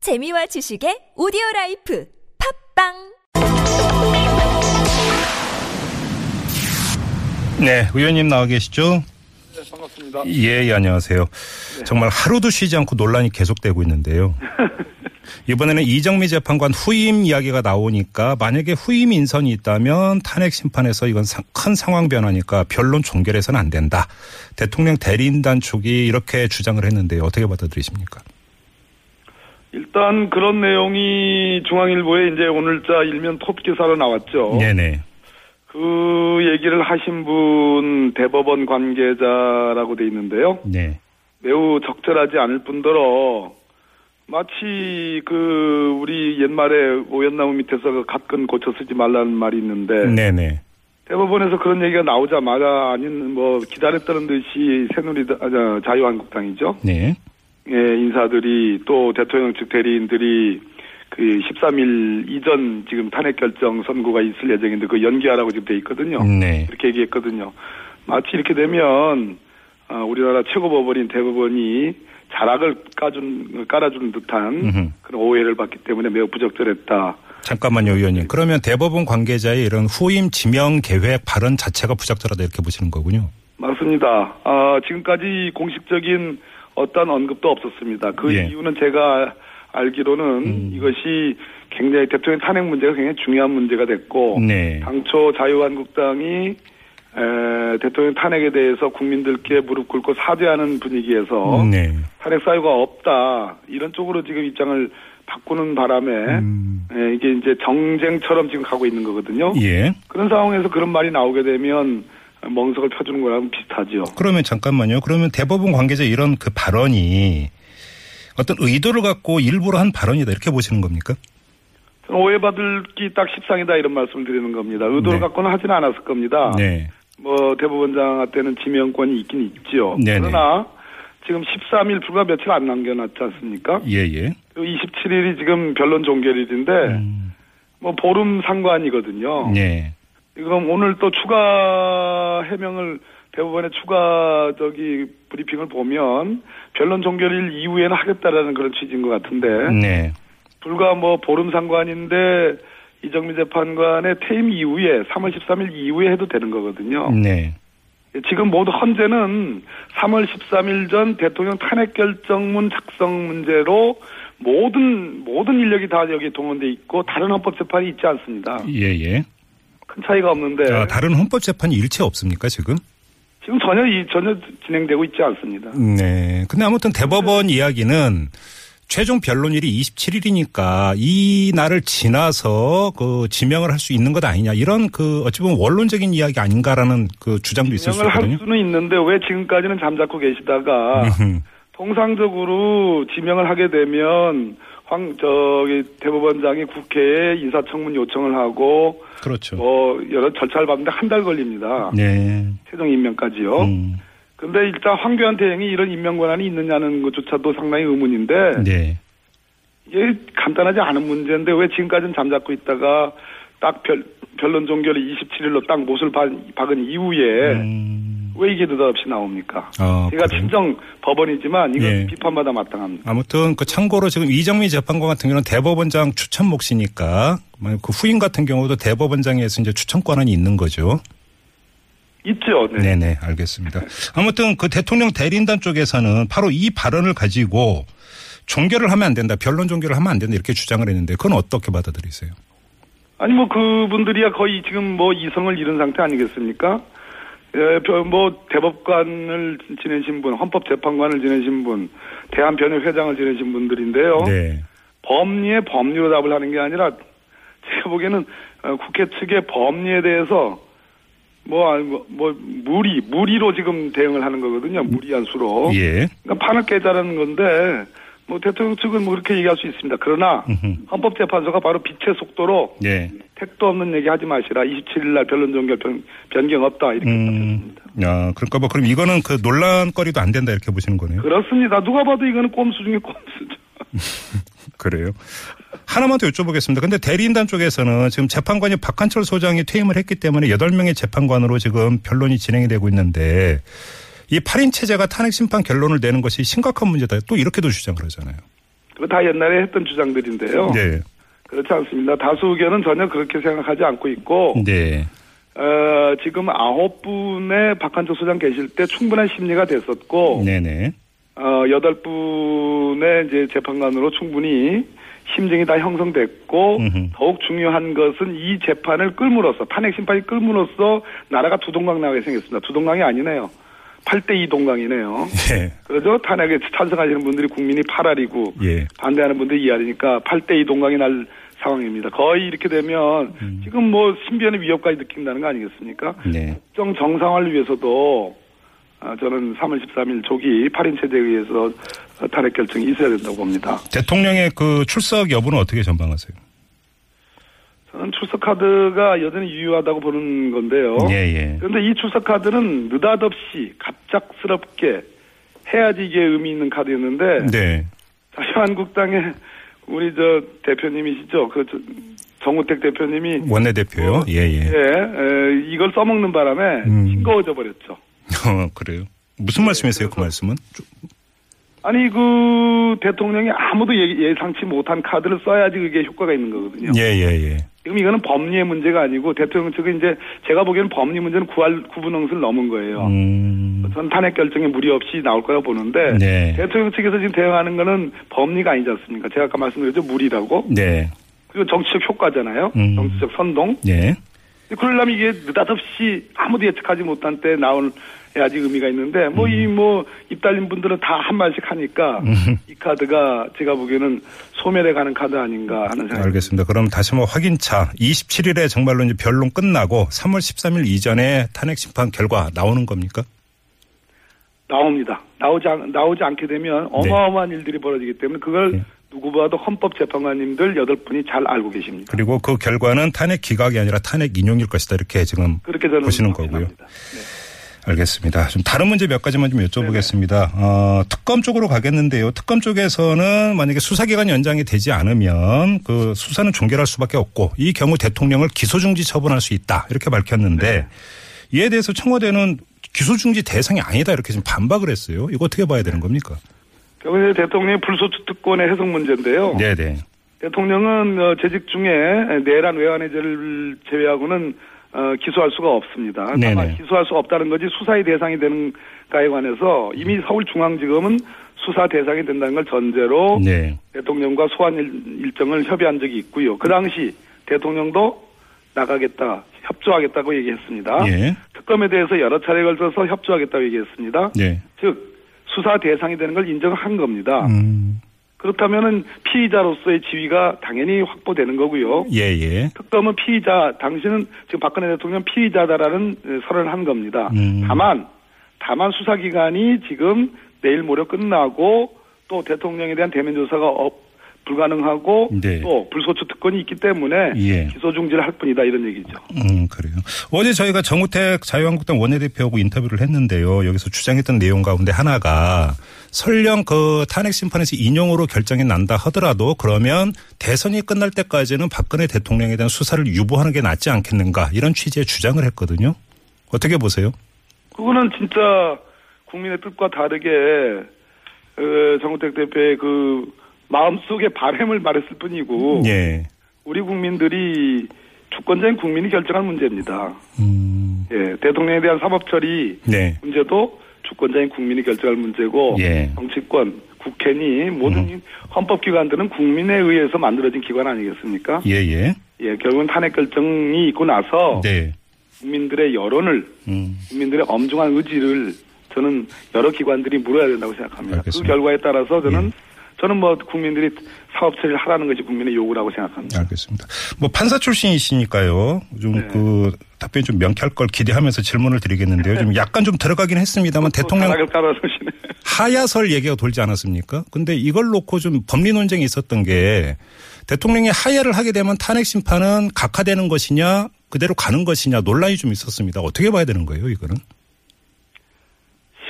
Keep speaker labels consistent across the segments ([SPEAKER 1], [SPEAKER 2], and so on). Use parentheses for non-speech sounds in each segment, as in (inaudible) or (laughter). [SPEAKER 1] 재미와 지식의 오디오 라이프 팝빵
[SPEAKER 2] 네, 의원님 나와 계시죠?
[SPEAKER 3] 네, 반갑습니다. 네.
[SPEAKER 2] 예, 예, 안녕하세요. 정말 하루도 쉬지 않고 논란이 계속되고
[SPEAKER 3] (laughs)
[SPEAKER 2] 있는데요. 이번에는 이정미 재판관 후임 이야기가 나오니까 만약에 후임 인선이 있다면 탄핵 심판에서 이건 상- 큰 상황 변화니까 변론 종결해서는 안 된다. 대통령 대리인단 쪽이 이렇게 주장을 했는데 어떻게 받아들이십니까?
[SPEAKER 3] 일단 그런 내용이 중앙일보에 이제 오늘자 일면 톱 기사로 나왔죠.
[SPEAKER 2] 네네.
[SPEAKER 3] 그 얘기를 하신 분 대법원 관계자라고 돼 있는데요.
[SPEAKER 2] 네.
[SPEAKER 3] 매우 적절하지 않을 뿐더러 마치 그 우리 옛말에 오얏나무 밑에서 그 갓근 고쳐 쓰지 말라는 말이 있는데
[SPEAKER 2] 네네.
[SPEAKER 3] 대법원에서 그런 얘기가 나오자마자 아닌 뭐 기다렸다는 듯이 새누리당 아, 자유한국당이죠.
[SPEAKER 2] 네.
[SPEAKER 3] 예, 인사들이 또 대통령 측 대리인들이 그 13일 이전 지금 탄핵 결정 선고가 있을 예정인데 그 연기하라고 지금 돼 있거든요.
[SPEAKER 2] 네.
[SPEAKER 3] 이렇게 얘기했거든요. 마치 이렇게 되면 아, 우리나라 최고 법원인 대법원이 자락을 까준 깔아준 듯한
[SPEAKER 2] 음흠.
[SPEAKER 3] 그런 오해를 받기 때문에 매우 부적절했다.
[SPEAKER 2] 잠깐만요, 의원님. 그러면 대법원 관계자의 이런 후임 지명 계획 발언 자체가 부적절하다 이렇게 보시는 거군요.
[SPEAKER 3] 맞습니다. 아, 지금까지 공식적인 어떤 언급도 없었습니다. 그
[SPEAKER 2] 예. 음.
[SPEAKER 3] 이유는 제가 알기로는 이것이 굉장히 대통령 탄핵 문제가 굉장히 중요한 문제가 됐고
[SPEAKER 2] 네.
[SPEAKER 3] 당초 자유한국당이 에, 대통령 탄핵에 대해서 국민들께 무릎 꿇고 사죄하는 분위기에서
[SPEAKER 2] 네.
[SPEAKER 3] 탄핵 사유가 없다 이런 쪽으로 지금 입장을 바꾸는 바람에
[SPEAKER 2] 음.
[SPEAKER 3] 에, 이게 이제 정쟁처럼 지금 가고 있는 거거든요.
[SPEAKER 2] 예.
[SPEAKER 3] 그런 상황에서 그런 말이 나오게 되면 멍석을 펴주는 거랑 비슷하죠.
[SPEAKER 2] 그러면 잠깐만요. 그러면 대법원 관계자 이런 그 발언이 어떤 의도를 갖고 일부러 한 발언이다 이렇게 보시는 겁니까?
[SPEAKER 3] 저는 오해받을 게 딱 십상이다 이런 말씀을 드리는 겁니다.
[SPEAKER 2] 네.
[SPEAKER 3] 의도를 갖고는 하지는 않았을 겁니다.
[SPEAKER 2] 네.
[SPEAKER 3] 뭐 대법원장한테는 지명권이 있긴 있지요.
[SPEAKER 2] 네네.
[SPEAKER 3] 그러나 지금 13일 불과 며칠 안 남겨놨지 않습니까?
[SPEAKER 2] 예, 예.
[SPEAKER 3] 그 27일이 지금 변론 종결일인데 뭐 보름 상관이거든요.
[SPEAKER 2] 음. 네.
[SPEAKER 3] 그럼 오늘 또 추가 해명을 대법원의 추가 저기 브리핑을 보면 변론 종결일 이후에는 하겠다라는 그런 취지인 것 같은데
[SPEAKER 2] 네.
[SPEAKER 3] 불과 뭐 보름 상관인데 이정미 재판관의 퇴임 이후에 3월 13일 이후에 해도 되는 거거든요.
[SPEAKER 2] 네.
[SPEAKER 3] 지금 모두 헌재는 3월 13일 전 대통령 탄핵 결정문 작성 문제로 모든 모든 인력이 다 여기 동원돼 있고 다른 헌법재판이 있지 않습니다.
[SPEAKER 2] 예, 예.
[SPEAKER 3] 큰 차이가 없는데
[SPEAKER 2] 아, 다른 헌법 재판이 일체 없습니까, 지금?
[SPEAKER 3] 지금 전혀 이- 전혀 진행되고 있지 않습니다.
[SPEAKER 2] 네. 근데 아무튼 대법원 이야기는 최종 변론일이 27일이니까 이 날을 지나서 그 지명을 할 수 있는 것 아니냐 이런 그 어찌 보면 원론적인 이야기 아닌가라는 그 주장도 있을 수
[SPEAKER 3] 진행을 할
[SPEAKER 2] 있거든요.
[SPEAKER 3] 수는 있는데 왜 지금까지는 잠자코 계시다가
[SPEAKER 2] 음,
[SPEAKER 3] 통상적으로 지명을 하게 되면 황 저기 대법원장이 국회에 인사청문 요청을 하고
[SPEAKER 2] 그렇죠.
[SPEAKER 3] 뭐 여러 절차를 밟는데 한 달 걸립니다.
[SPEAKER 2] 네.
[SPEAKER 3] 최종 임명까지요.
[SPEAKER 2] 음.
[SPEAKER 3] 근데 일단 황교안 대행이 이런 임명 권한이 있느냐는 것조차도 상당히 의문인데
[SPEAKER 2] 네.
[SPEAKER 3] 이게 간단하지 않은 문제인데 왜 지금까지는 잠자코 있다가 딱 별, 변론 종결이 27일로 딱 못을 박- 박은 이후에
[SPEAKER 2] 음,
[SPEAKER 3] 왜 이게 느닷없이 나옵니까?
[SPEAKER 2] 아,
[SPEAKER 3] 제가
[SPEAKER 2] 그래요?
[SPEAKER 3] 친정 법원이지만 이건
[SPEAKER 2] 예.
[SPEAKER 3] 비판받아 마땅합니다.
[SPEAKER 2] 아무튼 그 참고로 지금 이정미 재판관 같은 경우는 대법원장 추천 몫이니까 만약 그 후임 같은 경우도 대법원장에서 이제 추천 권한이 있는 거죠.
[SPEAKER 3] 있죠. 네.
[SPEAKER 2] 네, 네, 알겠습니다. 아무튼 그 대통령 대리인단 쪽에서는 바로 이 발언을 가지고 종결을 하면 안 된다, 변론 종결을 하면 안 된다 이렇게 주장을 했는데 그건 어떻게 받아들이세요?
[SPEAKER 3] 아니 뭐 그분들이야 거의 지금 뭐 이성을 잃은 상태 아니겠습니까? 예, 벼- 뭐 대법관을 지내신 분, 헌법재판관을 지내신 분, 대한변호회장을 지내신 분들인데요.
[SPEAKER 2] 네,
[SPEAKER 3] 법리에 법리로 답을 하는 게 아니라 제가 보기에는 어, 국회 측의 법리에 대해서 뭐, 아니, 뭐, 뭐 무리, 무리로 지금 대응을 하는 거거든요. 무리한 수로.
[SPEAKER 2] 예,
[SPEAKER 3] 그러니까 판을 깨자라는 건데 뭐 대통령 측은 뭐 그렇게 얘기할 수 있습니다. 그러나 헌법재판소가 바로 빛의 속도로
[SPEAKER 2] 예.
[SPEAKER 3] 택도 없는 얘기 하지 마시라. 27일 날 변론 종결 변, 변경 없다. 이렇게
[SPEAKER 2] 음, 야, 그러니까 뭐 그럼 이거는 그 논란거리도 안 된다 이렇게 보시는 거네요.
[SPEAKER 3] 그렇습니다. 누가 봐도 이거는 꼼수 중에 꼼수죠.
[SPEAKER 2] 그래요. 하나만 더 여쭤보겠습니다. 근데 대리인단 쪽에서는 지금 재판관이 박한철 소장이 퇴임을 했기 때문에 8명의 재판관으로 지금 변론이 진행이 되고 있는데 이 8인 체제가 탄핵 심판 결론을 내는 것이 심각한 문제다. 또 이렇게도 주장을 하잖아요.
[SPEAKER 3] 그거 다 옛날에 했던 주장들인데요.
[SPEAKER 2] 네.
[SPEAKER 3] 그렇지 않습니다. 다수 의견은 전혀 그렇게 생각하지 않고 있고
[SPEAKER 2] 네.
[SPEAKER 3] 어, 지금 아홉 분의 박한철 소장 계실 때 충분한 심리가 됐었고
[SPEAKER 2] 네네.
[SPEAKER 3] 어, 여덟 분의 이제 재판관으로 충분히 심증이 다 형성됐고
[SPEAKER 2] 음흠.
[SPEAKER 3] 더욱 중요한 것은 이 재판을 끌므로써 탄핵 심판이 끌므로써 나라가 두 동강 나게 생겼습니다. 두 동강이 아니네요.
[SPEAKER 2] (laughs)
[SPEAKER 3] 8대2 동강이네요.
[SPEAKER 2] 예.
[SPEAKER 3] 그래서 탄핵에 찬성하시는 분들이 국민이 8알이고
[SPEAKER 2] 예.
[SPEAKER 3] 반대하는 분들이 2알이니까 8대2 동강이 날 상황입니다. 거의 이렇게 되면 지금 뭐 신변의 위협까지 느낀다는 거 아니겠습니까?
[SPEAKER 2] 음. 네.
[SPEAKER 3] 국정 정상화를 위해서도 아, 저는 3월 13일 조기 8인 체제에 의해서 어, 탄핵 결정이 있어야 된다고 봅니다.
[SPEAKER 2] 대통령의 그 출석 여부는 어떻게 전망하세요?
[SPEAKER 3] 저는 출석 카드가 여전히 유효하다고 보는 건데요.
[SPEAKER 2] 예, 예.
[SPEAKER 3] 그런데 이 출석 카드는 느닷없이 갑작스럽게 해야지 이게 의미 있는 카드였는데
[SPEAKER 2] 네.
[SPEAKER 3] 자유한국당의 우리 저 대표님이시죠. 그 저- 정우택 대표님이
[SPEAKER 2] 원내대표요? 예, 예.
[SPEAKER 3] 예, 에, 이걸 써먹는 바람에
[SPEAKER 2] 음.
[SPEAKER 3] 싱거워져 버렸죠.
[SPEAKER 2] 어, 그래요. 무슨 말씀이세요, 그 말씀은?
[SPEAKER 3] 아니 그 대통령이 아무도 예- 예상치 못한 카드를 써야지 그게 효과가 있는 거거든요.
[SPEAKER 2] 예, 예, 예.
[SPEAKER 3] 지금 이거는 법리의 문제가 아니고 대통령 측은 이제 제가 보기에는 법리 문제는 구할 구분응수를 넘은 거예요.
[SPEAKER 2] 음.
[SPEAKER 3] 전 탄핵 결정에 무리 없이 나올 거라고 보는데
[SPEAKER 2] 네.
[SPEAKER 3] 대통령 측에서 지금 대응하는 거는 법리가 아니지 않습니까? 제가 아까 말씀드렸죠 무리라고
[SPEAKER 2] 네.
[SPEAKER 3] 그리고 정치적 효과잖아요.
[SPEAKER 2] 음.
[SPEAKER 3] 정치적 선동.
[SPEAKER 2] 예.
[SPEAKER 3] 그러려면 이게 느닷없이 아무도 예측하지 못한 때 나온 아직 의미가 있는데 뭐 이
[SPEAKER 2] 음.
[SPEAKER 3] 뭐 입달린 분들은 다 한 말씩 하니까 이 카드가 제가 보기에는 소멸해 가는 카드 아닌가 하는 생각이 듭니다.
[SPEAKER 2] 네. 알겠습니다. 그럼 다시 한번 확인차 27일에 정말로 이제 변론 끝나고 3월 13일 이전에 탄핵 심판 결과 나오는 겁니까?
[SPEAKER 3] 나옵니다. 나오지 않, 나오지 않게 되면 어마어마한 일들이 벌어지기 때문에 그걸
[SPEAKER 2] 네.
[SPEAKER 3] 누구보다도 헌법재판관님들 여덟 분이 잘 알고 계십니다.
[SPEAKER 2] 그리고 그 결과는 탄핵 기각이 아니라 탄핵 인용일 것이다 이렇게 지금
[SPEAKER 3] 그렇게 저는
[SPEAKER 2] 보시는 거고요.
[SPEAKER 3] 확신합니다.
[SPEAKER 2] 알겠습니다. 좀 다른 문제 몇 가지만 좀 여쭤보겠습니다. 어, 특검 쪽으로 가겠는데요. 특검 쪽에서는 만약에 수사기간 연장이 되지 않으면 그 수사는 종결할 수밖에 없고 이 경우 대통령을 기소중지 처분할 수 있다 이렇게 밝혔는데 이에 대해서 청와대는 기소중지 대상이 아니다 이렇게 지금 반박을 했어요. 이거 어떻게 봐야 되는 겁니까?
[SPEAKER 3] 결국에 대통령의 불소추 특권의 해석 문제인데요.
[SPEAKER 2] 네네.
[SPEAKER 3] 대통령은 어, 재직 중에 내란 외환해제를 제외하고는 어, 기소할 수가 없습니다.
[SPEAKER 2] 네네.
[SPEAKER 3] 다만 기소할 수 없다는 거지 수사의 대상이 되는가에 관해서 이미
[SPEAKER 2] 음.
[SPEAKER 3] 서울중앙지검은 수사 대상이 된다는 걸 전제로
[SPEAKER 2] 네.
[SPEAKER 3] 대통령과 소환 일- 일정을 협의한 적이 있고요. 그 당시 대통령도 나가겠다, 협조하겠다고 얘기했습니다.
[SPEAKER 2] 예.
[SPEAKER 3] 특검에 대해서 여러 차례에 걸쳐서 협조하겠다고 얘기했습니다.
[SPEAKER 2] 네.
[SPEAKER 3] 즉 수사 대상이 되는 걸 인정한 겁니다.
[SPEAKER 2] 음.
[SPEAKER 3] 그렇다면은 피의자로서의 지위가 당연히 확보되는 거고요.
[SPEAKER 2] 예, 예.
[SPEAKER 3] 특검은 피의자, 당신은 지금 박근혜 대통령 피의자다라는 에, 설언을 한 겁니다.
[SPEAKER 2] 음.
[SPEAKER 3] 다만, 다만 수사기간이 지금 내일 모레 끝나고 또 대통령에 대한 대면 조사가 어- 불가능하고
[SPEAKER 2] 네.
[SPEAKER 3] 또 불소추 특권이 있기 때문에
[SPEAKER 2] 예.
[SPEAKER 3] 기소 중지를 할 뿐이다 이런 얘기죠.
[SPEAKER 2] 음, 그래요. 어제 저희가 정우택 자유한국당 원내대표하고 인터뷰를 했는데요. 여기서 주장했던 내용 가운데 하나가 설령 그 탄핵 심판에서 인용으로 결정이 난다 하더라도 그러면 대선이 끝날 때까지는 박근혜 대통령에 대한 수사를 유보하는 게 낫지 않겠는가 이런 취지의 주장을 했거든요. 어떻게 보세요?
[SPEAKER 3] 그거는 진짜 국민의 뜻과 다르게 어, 정우택 대표의 그 마음속의 바램을 말했을 뿐이고
[SPEAKER 2] 예.
[SPEAKER 3] 우리 국민들이 주권자인 국민이 결정한 문제입니다.
[SPEAKER 2] 음,
[SPEAKER 3] 예, 대통령에 대한 사법 처리
[SPEAKER 2] 네.
[SPEAKER 3] 문제도 주권자인 국민이 결정할 문제고
[SPEAKER 2] 예. 음.
[SPEAKER 3] 정치권, 국회니 모든 헌법기관들은 국민에 의해서 만들어진 기관 아니겠습니까?
[SPEAKER 2] 예, 예.
[SPEAKER 3] 예, 결국은 탄핵 결정이 있고 나서
[SPEAKER 2] 네.
[SPEAKER 3] 국민들의 여론을
[SPEAKER 2] 음.
[SPEAKER 3] 국민들의 엄중한 의지를 저는 여러 기관들이 물어야 된다고 생각합니다.
[SPEAKER 2] 알겠습니다. 예.
[SPEAKER 3] 그 결과에 따라서 저는 저는 뭐 국민들이 사업 처리를 하라는 것이 국민의 요구라고 생각합니다.
[SPEAKER 2] 알겠습니다. 뭐 판사 출신이시니까요. 좀 그 답변이 좀 명쾌할 걸 기대하면서 질문을 드리겠는데요. 좀 약간 좀 들어가긴 했습니다만 대통령
[SPEAKER 3] 을 깔아주시네.
[SPEAKER 2] 하야설 얘기가 돌지 않았습니까? 근데 이걸 놓고 좀 법리 논쟁이 있었던 게 대통령이 하야를 하게 되면 탄핵 심판은 각하되는 것이냐 그대로 가는 것이냐 논란이 좀 있었습니다. 어떻게 봐야 되는 거예요, 이거는?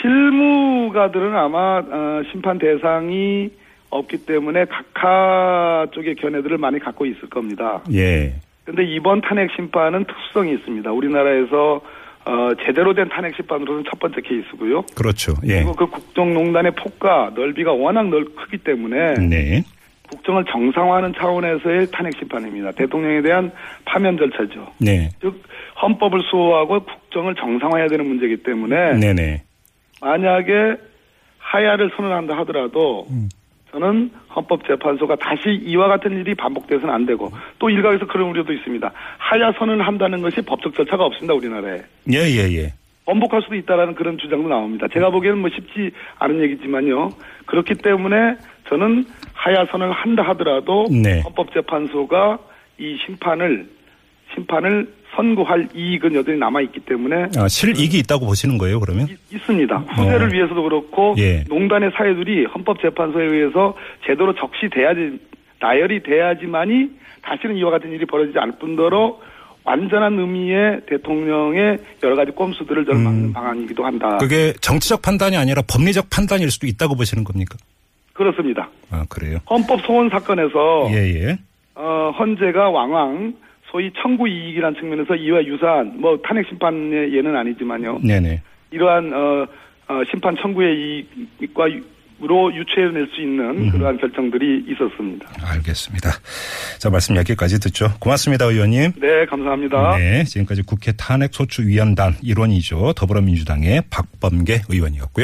[SPEAKER 3] 실무가들은 아마 어, 심판 대상이 없기 때문에 각하 쪽의 견해들을 많이 갖고 있을 겁니다.
[SPEAKER 2] 예.
[SPEAKER 3] 근데 이번 탄핵 심판은 특수성이 있습니다. 우리나라에서 어, 제대로 된 탄핵 심판으로는 첫 번째 케이스고요.
[SPEAKER 2] 그렇죠. 예.
[SPEAKER 3] 그리고 그 국정농단의 폭과 넓이가 워낙 넓 크기 때문에
[SPEAKER 2] 네.
[SPEAKER 3] 국정을 정상화하는 차원에서의 탄핵 심판입니다. 대통령에 대한 파면 절차죠.
[SPEAKER 2] 네.
[SPEAKER 3] 즉 헌법을 수호하고 국정을 정상화해야 되는 문제이기 때문에
[SPEAKER 2] 네네.
[SPEAKER 3] 만약에 하야를 선언한다 하더라도
[SPEAKER 2] 음.
[SPEAKER 3] 저는 헌법재판소가 다시 이와 같은 일이 반복돼서는 안 되고 또 일각에서 그런 우려도 있습니다. 하야 선언한다는 것이 법적 절차가 없습니다. 우리나라에.
[SPEAKER 2] 예, 예, 예.
[SPEAKER 3] 번복할 수도 있다라는 그런 주장도 나옵니다. 제가 보기에는 뭐 쉽지 않은 얘기지만요. 그렇기 때문에 저는 하야선을 한다 하더라도
[SPEAKER 2] 네.
[SPEAKER 3] 헌법재판소가 이 심판을 심판을 선고할 이익은 여전히 남아 있기 때문에
[SPEAKER 2] 아, 실익이 있다고 보시는 거예요, 그러면?
[SPEAKER 3] 이- 있습니다. 후대를
[SPEAKER 2] 어.
[SPEAKER 3] 위해서도 그렇고
[SPEAKER 2] 예.
[SPEAKER 3] 농단의 사회들이 헌법재판소에 의해서 제대로 적시돼야지 나열이 돼야지만이 다시는 이와 같은 일이 벌어지지 않을 뿐더러 완전한 의미의 대통령의 여러 가지 꼼수들을 저는 막는 방안이기도 한다.
[SPEAKER 2] 음. 그게 정치적 판단이 아니라 법리적 판단일 수도 있다고 보시는 겁니까?
[SPEAKER 3] 그렇습니다.
[SPEAKER 2] 아, 그래요?
[SPEAKER 3] 헌법 소원 사건에서
[SPEAKER 2] 예, 예.
[SPEAKER 3] 어, 헌재가 왕왕 소위 청구 이익이라는 측면에서 이와 유사한 뭐 탄핵 심판의 예는 아니지만요.
[SPEAKER 2] 네네.
[SPEAKER 3] 이러한 어, 어, 심판 청구의 이익과 유- 으로 유추해낼 수 있는 그러한 결정들이 있었습니다.
[SPEAKER 2] 알겠습니다. 자, 말씀 여기까지 듣죠. 고맙습니다, 의원님.
[SPEAKER 3] 네, 감사합니다.
[SPEAKER 2] 네, 지금까지 국회 탄핵소추위원단 일원이죠. 더불어민주당의 박범계 의원이었고요.